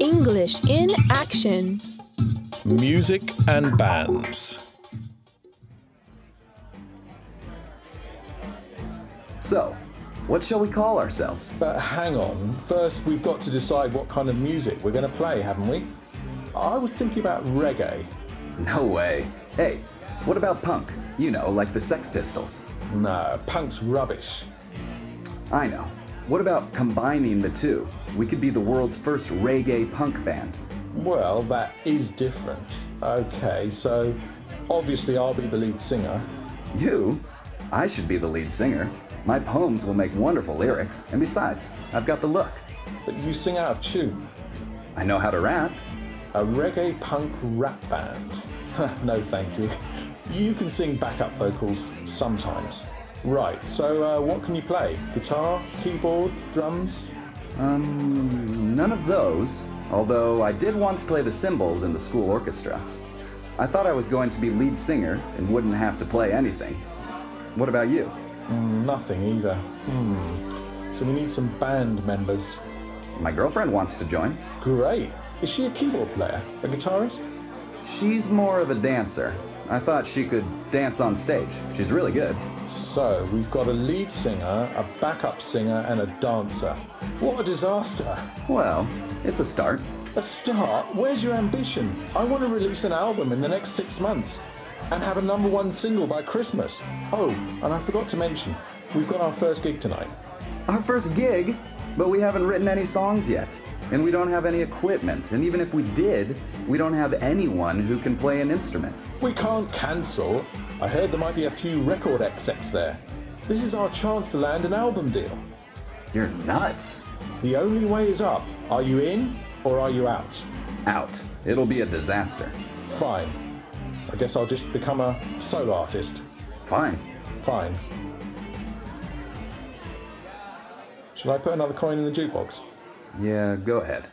English in action. Music and bands. So, what shall we call ourselves? But hang on, first we've got to decide what kind of music we're going to play, haven't we? I was thinking about reggae. No way. Hey, what about punk? You know, like the Sex Pistols. No, punk's rubbish. I know. What about combining the two? We could be the world's first reggae punk band. Well, that is different. Okay, so obviously I'll be the lead singer. You? I should be the lead singer. My poems will make wonderful lyrics, and besides, I've got the look. But you sing out of tune. I know how to rap. A reggae punk rap band. no, thank you. You can sing backup vocals sometimes. Right, so uh, what can you play? Guitar, keyboard, drums? Um, none of those, although I did once play the cymbals in the school orchestra. I thought I was going to be lead singer and wouldn't have to play anything. What about you? Nothing either. Hmm. So we need some band members. My girlfriend wants to join. Great. Is she a keyboard player? A guitarist? She's more of a dancer. I thought she could dance on stage. She's really good. So we've got a lead singer, a backup singer, and a dancer. What a disaster! Well, it's a start. A start? Where's your ambition? I want to release an album in the next six months and have a number one single by Christmas. Oh, and I forgot to mention, we've got our first gig tonight. Our first gig, but we haven't written any songs yet. And we don't have any equipment. And even if we did, we don't have anyone who can play an instrument. We can't cancel. I heard there might be a few record execs there. This is our chance to land an album deal. You're nuts. The only way is up. Are you in or are you out? Out. It'll be a disaster. Fine. I guess I'll just become a solo artist. Fine. Fine. Shall I put another coin in the jukebox? Yeah, go ahead.